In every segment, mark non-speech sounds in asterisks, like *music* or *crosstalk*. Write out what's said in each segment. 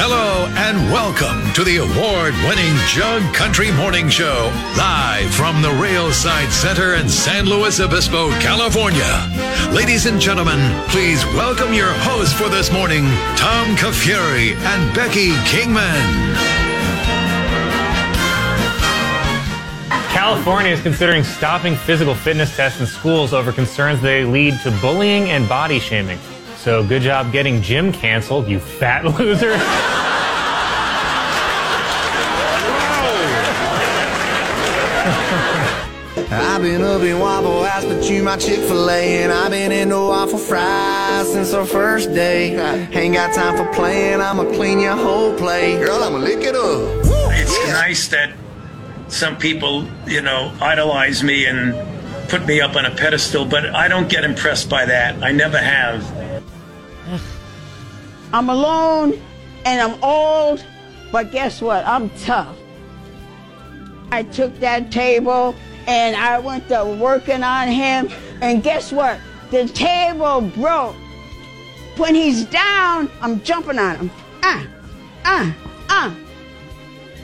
Hello and welcome to the award winning Jug Country Morning Show, live from the Railside Center in San Luis Obispo, California. Ladies and gentlemen, please welcome your hosts for this morning, Tom Kafuri and Becky Kingman. California is considering stopping physical fitness tests in schools over concerns they lead to bullying and body shaming. So good job getting gym canceled, you fat *laughs* loser. I've been up in Waffle House, but you my Chick-fil-A And I've been into waffle fries since our first day Ain't got time for playing, I'ma clean your whole plate Girl, I'ma lick it up It's Yeah. nice that some people, you know, idolize me and put me up on a pedestal, but I don't get impressed by that. I never have. I'm alone and I'm old, but guess what? I'm tough. I took that table and I went to working on him, and guess what? The table broke. When he's down, I'm jumping on him. Ah, ah, ah.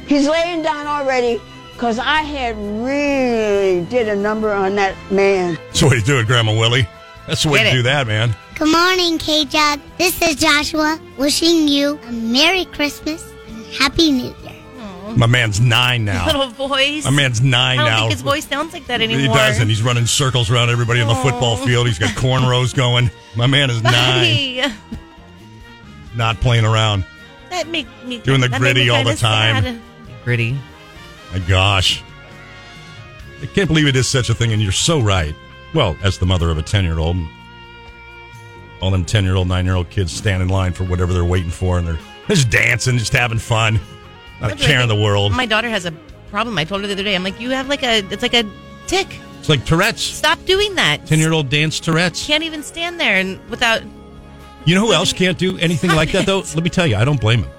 He's laying down already because I had really did a number on that man. That's the way to do it, Grandma Willie. That's the way to do that, man. Good morning, K Jug. This is Joshua wishing you a Merry Christmas and Happy New Year. *laughs* My man's nine now. little voice. My man's I nine don't now. think his voice sounds like that anymore. Oh. He doesn't. He's running circles around everybody on the football field. He's got *laughs* cornrows going. My man is nine, Hey, not playing around. that make me Doing the that made me gritty all kinda the time. sad. Gritty. My gosh. I can't believe it is such a thing, and you're so right. Well, as the mother of a 10 year old, all them 10 year old, 9 year old kids stand in line for whatever they're waiting for, and they're just dancing, just having fun. Not a That's what I care in the think. world. My daughter has a problem. I told her the other day. I'm like, you have like a it's like a tick. It's like Tourette's. Stop doing that. 10 year old dance Tourette's. can't even stand there and without You know who else can't do anything like that though? Let me tell you, I don't blame him.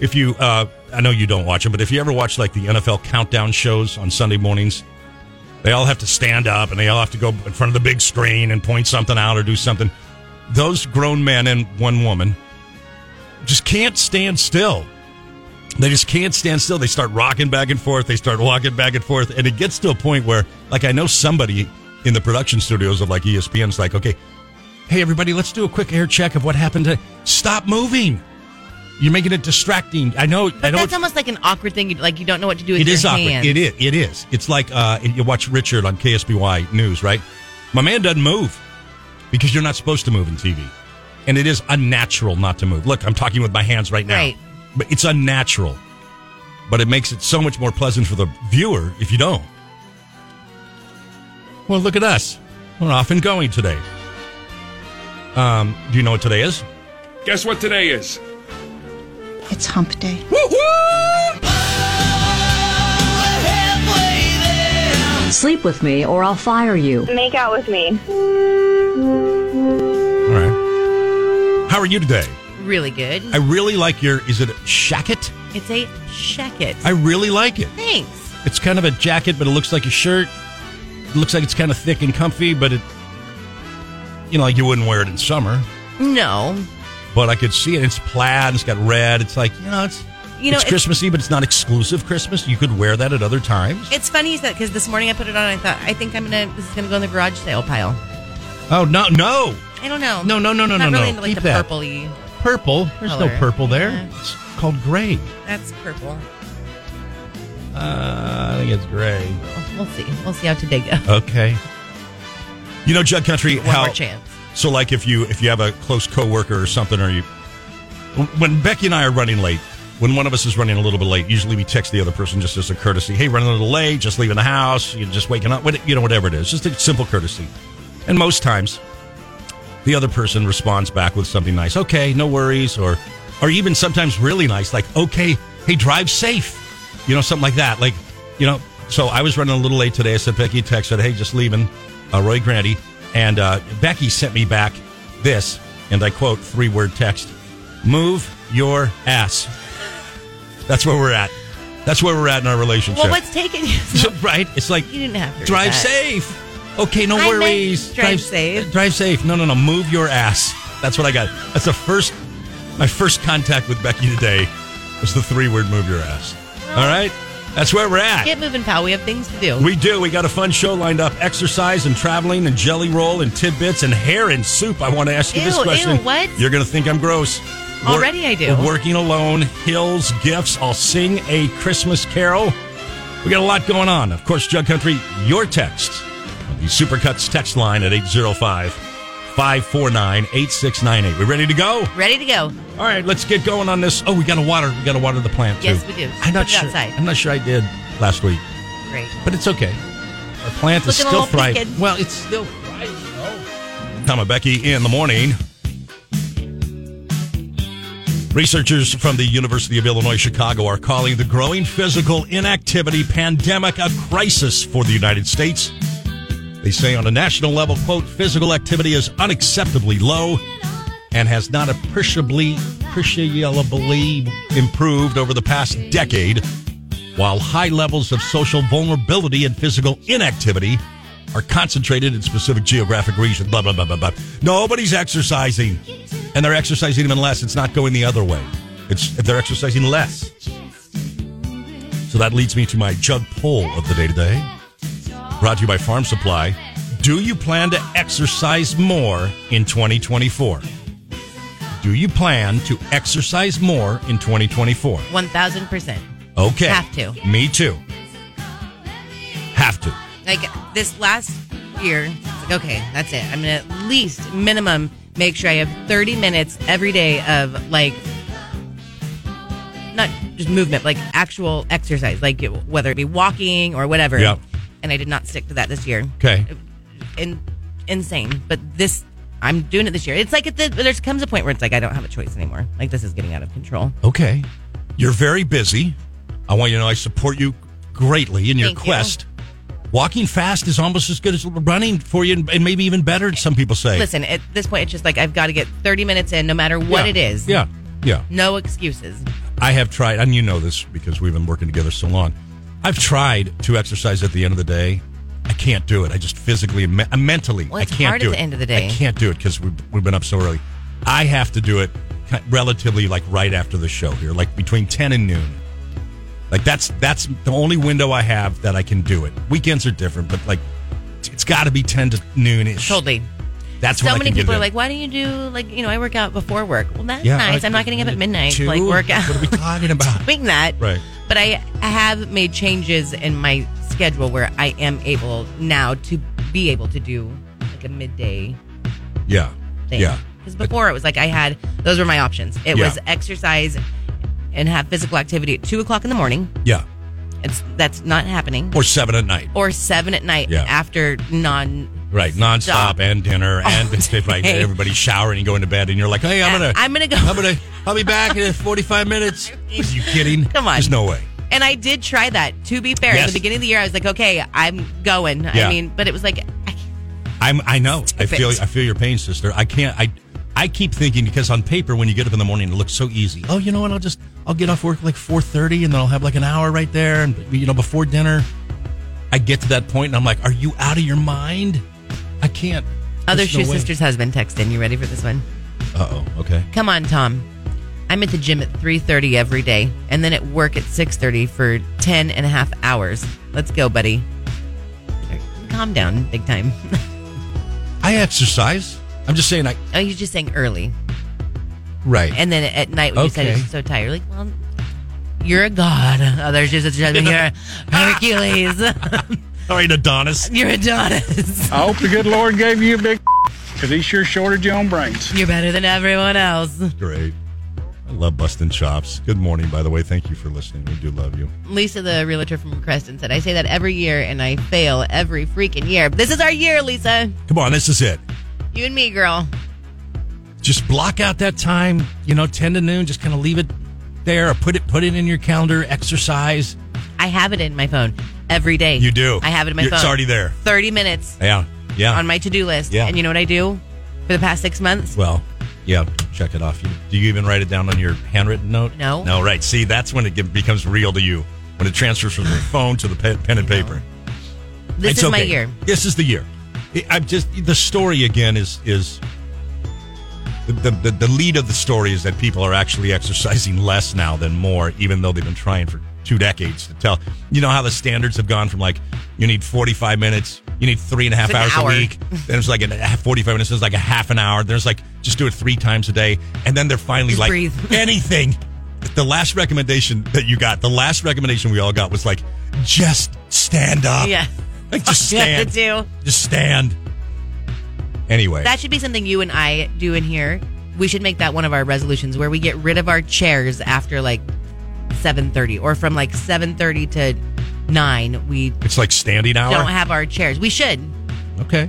If you, uh, I know you don't watch them, but if you ever watch like the NFL countdown shows on Sunday mornings, they all have to stand up and they all have to go in front of the big screen and point something out or do something. Those grown men and one woman just can't stand still. They just can't stand still. They start rocking back and forth. They start walking back and forth. And it gets to a point where, like, I know somebody in the production studios of like E ESPN's like, okay, hey everybody let's do a quick air check of what happened to stop moving you're making it distracting i know i but know that's almost like an awkward thing. You- Like you don't know what to do with it your is awkward hands. it is it is it's like uh you watch richard on ksby news right my man doesn't move because you're not supposed to move in tv and it is unnatural not to move look i'm talking with my hands right now Right. but it's unnatural but it makes it so much more pleasant for the viewer if you don't well look at us we're off and going today um, do you know what today is? Guess what today is? It's hump day. Sleep with me or I'll fire you. Make out with me. All right. How are you today? really good. I really like your. Is it a shacket? It's a shacket. I really like it. Thanks. It's kind of a jacket, but it looks like a shirt. It looks like it's kind of thick and comfy, but it. You know, like you wouldn't wear it in summer, No. but I could see it. It's plaid. It's got red. It's like you know, it's You know, it's it's- Christmassy, but it's not exclusive Christmas. You could wear that at other times. It's funny you said because this morning I put it on. and I thought I think I'm gonna this is gonna go in the garage sale pile. Oh no, no, I don't know. No, no, no, no, Not no, really no. Into, like Keep the that. purpley. purple. There's no Color. purple there. Yeah. It's called gray. That's purple. Uh, I think it's gray. We'll see. We'll see how today goes. Okay. You know, Jug Country. One how more chance. So, like, if you if you have a close coworker or something, or you when Becky and I are running late, when one of us is running a little bit late, usually we text the other person just as a courtesy. Hey, running a little late, just leaving the house, you're just waking up, what- you know, whatever it is, just a simple courtesy. And most times, the other person responds back with something nice. Okay, no worries, or or even sometimes really nice, like okay, hey, drive safe, you know, something like that. Like, you know, so I was running a little late today. I sent Becky a text said, hey, just leaving, uh, Roy Grandy, and uh, Becky sent me back this, and I quote three word text: "Move your ass." That's where we're at. That's where we're at in our relationship. Well, what's *laughs* taking you? So, right? It's like You didn't have to drive do that. safe. Okay, no I meant worries. drive safe. Drive safe. No, no, no. Move your ass. That's what I got. That's the first. My first contact with Becky today was the three word "move your ass." All right, that's where we're at. Get moving, pal. We have things to do. We do. We got a fun show lined up: exercise and traveling, and jelly roll and tidbits and hair and soup. I want to ask you this Ew, question. ew, what? You're going to think I'm gross. Wor- Already I do. Working alone, hills, gifts. I'll sing a Christmas carol. We got a lot going on. Of course, Jug Country, your text on the Supercuts text line at 805 549 8698. We ready to go? Ready to go. All right, let's get going on this. Oh, we got to water. We got to water the plant too. Yes, we do. I'm not Put it sure. outside. I'm not sure I did last week Great. but it's okay. Our plant is Looking a still little thriving. picket. Well, it's still thriving. Tom and Becky in the morning. Researchers from the University of Illinois Chicago are calling the growing physical inactivity pandemic a crisis for the United States. They say on a national level, quote, physical activity is unacceptably low and has not appreciably, appreciably improved over the past decade, while high levels of social vulnerability and physical inactivity are concentrated in specific geographic regions. Blah, blah, blah, blah, blah. Nobody's exercising, and they're exercising even less. It's not going the other way. It's they're exercising less. So that leads me to my jug poll of the day today brought to you by Farm Supply. Do you plan to exercise more in 2024? Do you plan to exercise more in 2024? One thousand percent. Okay. Have to. Me too. Have to. Like this last year, it's like, okay, that's it. I'm gonna at least minimum make sure I have 30 minutes every day of like not just movement, like actual exercise, like whether it be walking or whatever. Yep. And I did not stick to that this year. Okay. in, insane. But this, I'm doing it this year. It's like at the, there comes a point where it's like I don't have a choice anymore. Like this is getting out of control. Okay. You're very busy. I want you to know I support you greatly in your Thank you. quest. Walking fast is almost as good as running for you, and and maybe even better, some people say. Listen, at this point, it's just like I've got to get 30 minutes in, no matter what Yeah. it is. Yeah. Yeah. No excuses. I have tried, and you know this because we've been working together so long. I've tried to exercise at the end of the day. I can't do it. I just physically, me- uh, mentally, Well, I it's can't hard do at it. the end of the day. I can't do it because we've, we've been up so early. I have to do it ki- relatively like right after the show here, like between ten and noon. Like that's that's the only window I have that I can do it. Weekends are different, but like it's got to be ten to noon ish. Totally. That's when so I many can get it people are in. like, why do you do, like, you know, I work out before work. Well, that's Yeah, nice. I- I'm not getting up at midnight. to Two? Like, work out. What are we *laughs* talking about? doing that. Right. But I have made changes in my schedule where I am able now to be able to do like a midday yeah, thing. yeah. Because before it was like I had those were my options. It Yeah. was exercise and have physical activity at two o'clock in the morning. yeah, It's that's not happening. or seven at night. Or seven at night Yeah. after non. Right, nonstop Stop. Oh, and *laughs* dinner and right. day. Everybody's showering and going to bed, and you're like, "Hey, I'm Yeah, gonna, I'm gonna go. I'm gonna, I'll be back *laughs* in 45 minutes." Are you kidding? Come on. there's no way. And I did try that. To be fair, Yes. at the beginning of the year, I was like, okay, I'm going. Yeah. I mean, but it was like, I can't- I'm, I know. I Stupid. feel, I feel your pain, sister. I can't. I, I keep thinking because on paper, when you get up in the morning, it looks so easy. Oh, you know what? I'll just, I'll get off work like 4:30, and then I'll have like an hour right there, and you know, before dinner. I get to that point, and I'm like, "Are you out of your mind? I can't." other There's no shoe way. sister's husband texted in. You ready for this one? Uh oh. Okay. Come on, Tom. I'm at the gym at 3.30 every day and then at work at 6.30 for 10 and a half hours. Let's go, buddy. Calm down, big time. *laughs* I exercise. I'm just saying. I oh, you're just saying early. right. And then at night when you said Okay. you're so tired, you're like, well, you're a god. Other shoe sister's husband, *laughs* you're a Hercules. All right, Adonis. you're Adonis. I hope the good Lord gave you a big because he sure shorted you on brains. You're better than everyone else. Great. I love busting chops. Good morning, by the way. Thank you for listening. We do love you. Lisa, the realtor from Creston, said, I say that every year and I fail every freaking year. This is our year, Lisa. Come on, this is it. You and me, girl. Just block out that time, you know, 10 to noon. Just kind of leave it there or put it put it in your calendar, exercise. I have it in my phone every day. You do. I have it in my It's phone. already there. 30 minutes Yeah. Yeah. on my to do list. Yeah. And you know what I do for the past six months? Well, yeah, check it off. You- Do you even write it down on your handwritten note? No. No, right. See, that's when it ge- becomes real to you, when it transfers from *sighs* your phone to the pe- pen and paper. This It's is my okay. year. This is the year. I- I'm just the story again is is the, the, the, the lead of the story is that people are actually exercising less now than more, even though they've been trying for two decades to tell. You know how the standards have gone from like you need 45 minutes, you need three and a half It's an hours hour. a *laughs* week, then it's like a 45 minutes, it's like a half an hour, then it's like just do it three times a day, and then they're finally Just like breathe. *laughs* anything. The last recommendation that you got, the last recommendation we all got was like just stand up. *laughs* Yeah. *laughs* Like just You have stand. to do. Just stand. Anyway, That should be something you and I do in here. We should make that one of our resolutions where we get rid of our chairs after like 7:30 or from like 7:30 to 9 we it's like standing hour. don't have our chairs. We should. okay.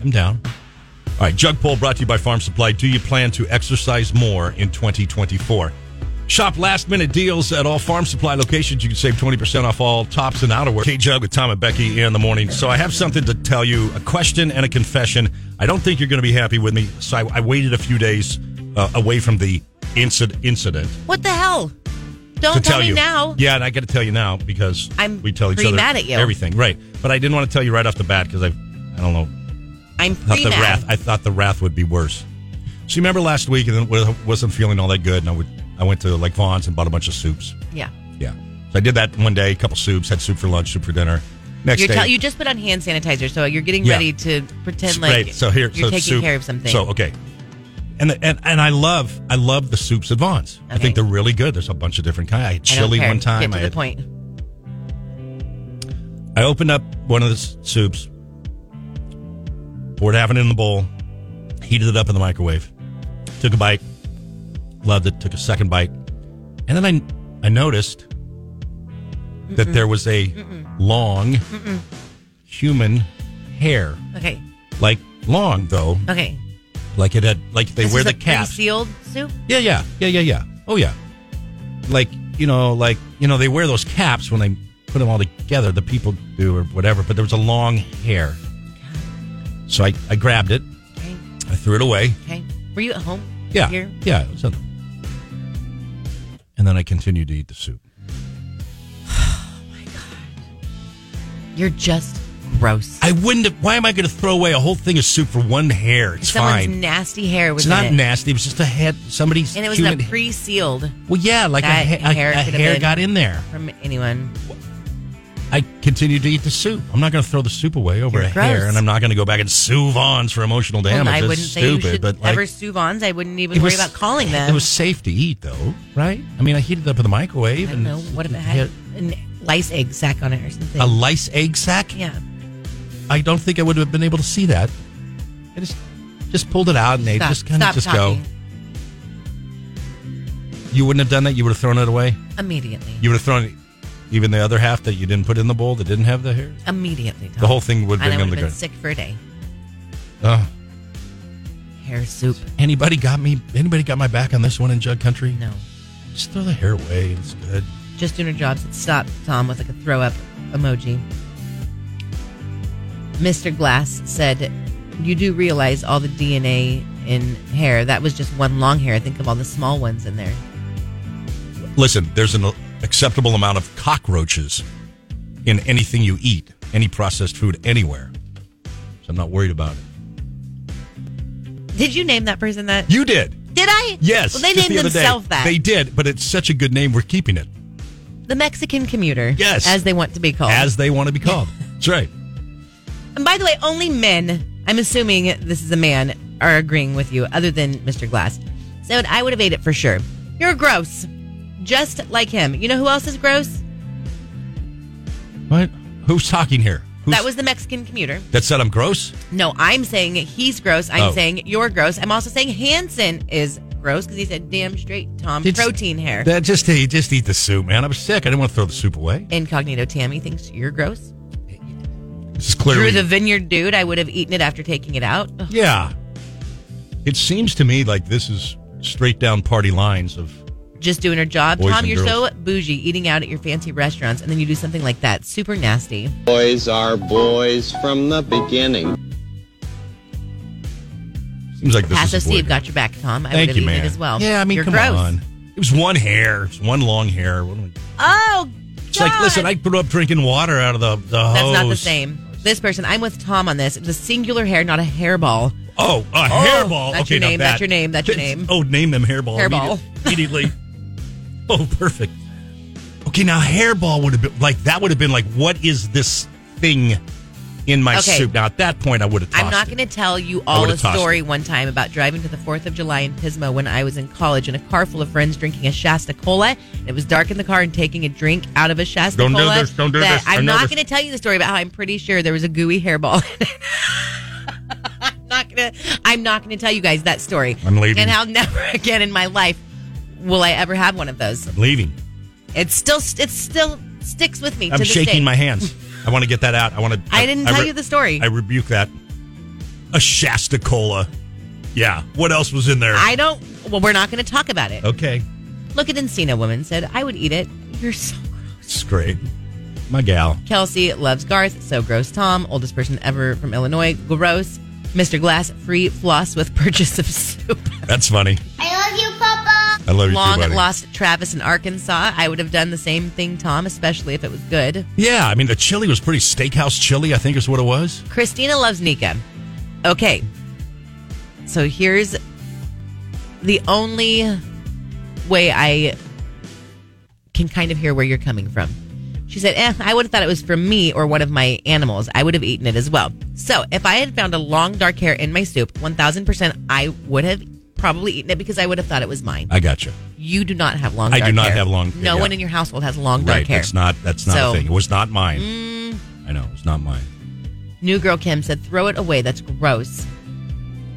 I'm down. All right, Jug Poll brought to you by Farm Supply. Do you plan to exercise more in 2024? Shop last minute deals at all Farm Supply locations. You can save 20% off all tops and outerwear. K Jug with Tom and Becky in the morning. So I have something to tell you a question and a confession. I don't think you're going to be happy with me. So I, I waited a few days uh, away from the incident. incident. What the hell? Oh, Don't to tell, tell me you now. Yeah, and I got to tell you now because I'm we tell each pretty other mad at you. everything, right? But I didn't want to tell you right off the bat because I, I don't know, I'm thought pre the wrath. I thought the wrath would be worse. So you remember last week, and then wa- wasn't feeling all that good, and I would, I went to like Vaughn's and bought a bunch of soups. Yeah. Yeah, so I did that one day, a couple soups, had soup for lunch, soup for dinner. Next You're day, tell you just put on hand sanitizer, so you're getting Yeah. ready to pretend Right, like so here, you're so taking soup. care of something. So okay, and the, and and I love I love the soups at Vaughn's. I Okay. think they're really good. There's a bunch of different kinds. I had I don't chili care. one time. Get to I the had point. I opened up one of the s- soups, poured half it in the bowl, heated it up in the microwave, took a bite, loved it, took a second bite, and then I I noticed that there was a long human hair, Okay. like long though, Okay. like it had like they This wear is the a caps. Sealed soup. Yeah, yeah, yeah, yeah, yeah. Oh yeah, like you know, like you know, they wear those caps when they put them all together. The people do or whatever. But there was a long hair, so I I grabbed it, Okay. I threw it away. Okay. Were you at home? Yeah, Here? yeah. it was in- and then I continued to eat the soup. You're just gross. I wouldn't. Have, why am I going to throw away a whole thing of soup for one hair? It's Someone's fine. nasty hair was It's not in it. nasty. It was just a head. Somebody's and it was human. not pre-sealed well, yeah, like a, that ha- a- hair a could have hair been- got in there. from anyone. I continue to eat the soup. I'm not going to throw the soup away over You're a hair, gross. and I'm not going to go back and sue Vaughn's for emotional Well, damage. I That's wouldn't say you stupid, should but like, ever sue Vons. I wouldn't even it worry was- about calling them. It was safe to eat, though, right? I mean, I heated it up in the microwave, I and don't know. What if it had an lice egg sack on it or something? a lice egg sack. yeah. I don't think I would have been able to see that. I just just pulled it out, and they Stop. just kind of Stop just talking. go. You wouldn't have done that. You would have thrown it away. Immediately. You would have thrown it, even the other half that you didn't put in the bowl that didn't have the hair. Immediately. Tom. The whole thing would And have I been on would've the ground. been sick for a day. Ugh. Hair soup. anybody got me? Anybody got my back on this one in Jug Country? No. Just throw the hair away. It's good. Just doing her job. Said stop, Tom, with like a throw up emoji. Mr. Glass said, You do realize all the DNA in hair. That was just one long hair. Think of all the small ones in there. Listen, there's an acceptable amount of cockroaches in anything you eat, any processed food, anywhere. So I'm not worried about it. Did you name that person that? You did. Did I? Yes. Well, they just named the other day. themselves that. They did, but it's such a good name, we're keeping it the Mexican commuter. Yes. As they want to be called. as they want to be called. That's right. and by the way, only men, I'm assuming this is a man, are agreeing with you, other than Mr. Glass. So I would have ate it for sure. You're gross. Just like him. You know who else is gross? What? Who's talking here? Who's, that was the Mexican commuter. that said I'm gross? No, I'm saying he's gross. I'm Oh. saying you're gross. I'm also saying Hanson is gross because he said, damn straight, Tom, Did- protein hair. That just hey, just eat the soup, man. I'm sick. I didn't want to throw the soup away. Incognito Tammy thinks you're gross. This is Drew clearly the vineyard dude, I would have eaten it after taking it out. Ugh. yeah. It seems to me like this is straight down party lines of Just doing her job. Boys Tom, and you're girls. so bougie eating out at your fancy restaurants and then you do something like that. Super nasty. Boys are boys from the beginning. seems like this Passive is avoided. Steve got your back, Tom. I would Thank have you, eaten man. it as well. Yeah, I mean, you're come gross. on. It was one hair. It was one long hair. What am I- Oh, It's like, listen, I grew up drinking water out of the the That's hose. not the same. This person, I'm with Tom on this. It was a singular hair, not a hairball. Oh, a hairball. that's okay, your now name, that- that's your name, that's your name. Oh, name them hairball. Hairball. *laughs* Immediately. immediately. oh, perfect. Okay, now hairball would have been like that. Would have been like, what is this thing in my Okay. soup? Now at that point, I would have. I'm tossed not it. going to tell you all would've a tossed story one time about driving to the 4th of July in Pismo when I was in college and a car full of friends drinking a Shasta Cola. It was dark in the car and taking a drink out of a Shasta Don't do Cola. this, don't do that this, I I'm know not this. going to tell you the story about how I'm pretty sure there was a gooey hairball. in it. *laughs* I'm not going to I'm not going to tell you guys that story. I'm leaving. And how *laughs* never again in my life will I ever have one of those. I'm leaving. It's still it still sticks with me I'm to this shaking day. my hands. I want to get that out. I want to. *laughs* I didn't tell you the story. I rebuke that. A Shasta cola. Yeah. What else was in there? I don't well we're not going to talk about it. okay. Look at Encino Woman said, I would eat it. You're so *laughs* It's great. My gal. Kelsey loves Garth, so gross Tom, oldest person ever from Illinois, gross. Mr. Glass, free floss with *laughs* purchase of soup. That's funny. I love you, Papa. I love you Long too, buddy. lost Travis in Arkansas. I would have done the same thing, Tom, especially if it was good. Yeah, I mean the chili was pretty steakhouse chili. I think is what it was. Christina loves Nika. Okay. So here's the only way I can kind of hear where you're coming from. She said, eh, I would have thought it was from me or one of my animals. I would have eaten it as well. So if I had found a long dark hair in my soup, 1000% I would have probably eaten it because I would have thought it was mine. I got you. You do not have long I dark do hair. not have long- No yeah. one in your household has long dark Right. hair. That's not. That's not So- Mm. a thing. It was not mine. I know. It was not mine. New Girl Kim said, throw it away. That's gross.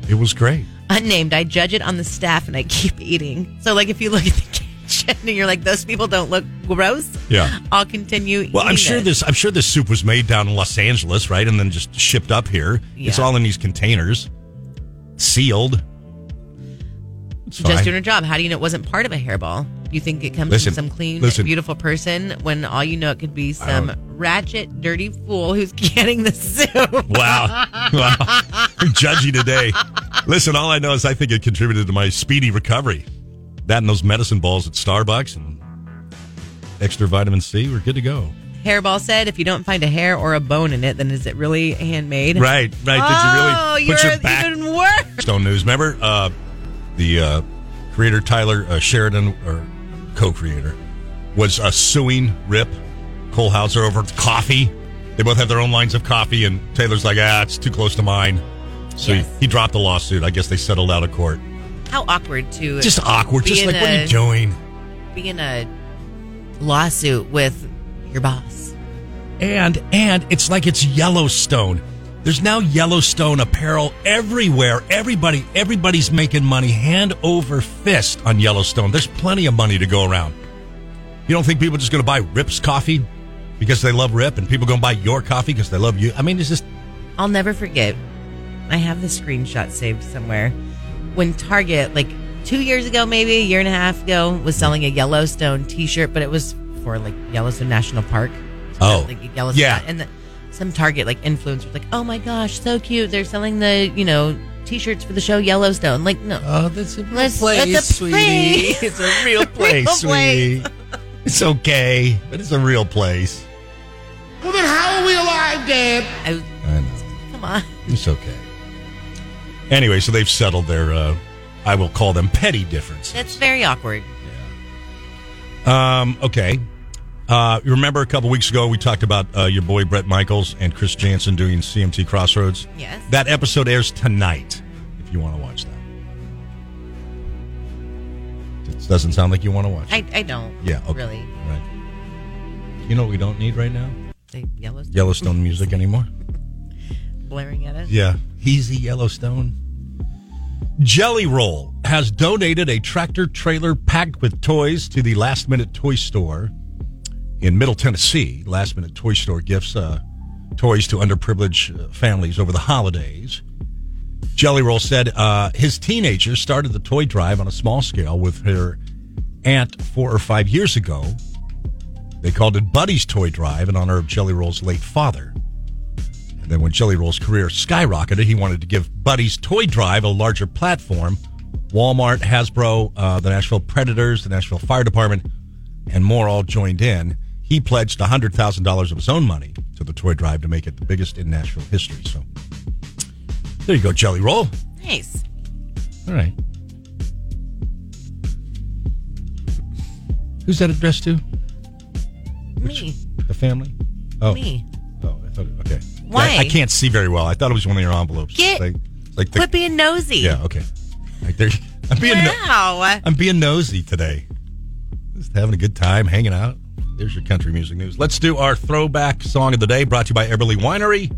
It was great. unnamed. I judge it on the staff and I keep eating. So, like, if you look at the *laughs* kitchen and you're like, those people don't look gross, Yeah. I'll continue. Well, I'm eating sure it. this. I'm sure this soup was made down in Los Angeles, right, and then just shipped up here. It's Yeah. all in these containers, sealed. It's just fine. doing her job. How do you know it wasn't part of a hairball? You think it comes Listen, from some clean, listen. beautiful person when all you know it could be some ratchet, dirty fool who's *laughs* getting the soup. *laughs* Wow. Wow. You're judgy today. Listen, all I know is I think it contributed to my speedy recovery. That and those medicine balls at Starbucks and extra vitamin C, we're good to go. Hairball said, if you don't find a hair or a bone in it, then is it really handmade? Right, Oh, right. Did you really put you're your back even worse. Stone News? Remember uh, the uh, creator Tyler uh, Sheridan, or co creator, was uh, suing Rip Kohlhauser over coffee. They both have their own lines of coffee, and Taylor's like, ah, it's too close to mine. So Yes. he, he dropped the lawsuit. I guess they settled out of court. How awkward to just awkward. be Just in like, what are a- you doing? be in a lawsuit with your boss. And and it's like it's Yellowstone. There's now Yellowstone apparel everywhere. Everybody, everybody's making money hand over fist on Yellowstone. There's plenty of money to go around. You don't think people are just going to buy Rip's coffee because they love Rip, and people going to buy your coffee because they love you? I mean, it's just I'll never forget. I have the screenshot saved somewhere. When Target, like two years ago, maybe a year and a half ago, was selling a Yellowstone T-shirt, but it was for like Yellowstone National Park. Oh, like Yellowstone. yeah. And the, some Target like influencer was like, "Oh my gosh, so cute! They're selling the you know T-shirts for the show Yellowstone." Like, no, oh, that's a Let's- place, that's a sweetie. *laughs* place. It's a real place, *laughs* Real place. It's okay, but it's a real place. Well, then how are we alive, Dad? I was, I know. come on. It's okay. Anyway, so they've settled their, uh, I will call them petty difference. That's very awkward. Um, okay. Uh, you remember a couple weeks ago we talked about uh, your boy Brett Michaels and Chris Jansen doing CMT Crossroads? Yes. That episode airs tonight if you want to watch that. It doesn't sound like you want to watch it. I, I don't. Yeah, okay. Really, Right. You know what we don't need right now? the Yellowstone Yellowstone music anymore. blaring at us. Yeah. He's the Yellowstone. Jelly Roll has donated a tractor trailer packed with toys to the Last Minute Toy Store in Middle Tennessee. Last Minute Toy Store gifts uh, toys to underprivileged uh, families over the holidays. Jelly Roll said uh, his teenager started the toy drive on a small scale with her aunt four or five years ago. They called it Buddy's Toy Drive in honor of Jelly Roll's late father. And then when Jelly Roll's career skyrocketed, he wanted to give Buddy's Toy Drive a larger platform. Walmart, Hasbro, uh, the Nashville Predators, the Nashville Fire Department, and more all joined in. He pledged $100,000 of his own money to the toy drive to make it the biggest in Nashville history. So there you go, Jelly Roll. Nice. All right. Who's that addressed to? Me. The family? Oh. Me. Oh, I thought, okay. Why? I, I can't see very well. I thought it was one of your envelopes. Get- like, like the, Quit being nosy. Yeah, okay. Like there, I'm being no- Wow. I'm being nosy today. Just having a good time, hanging out. There's your country music news. Let's do our throwback song of the day brought to you by Everly Winery.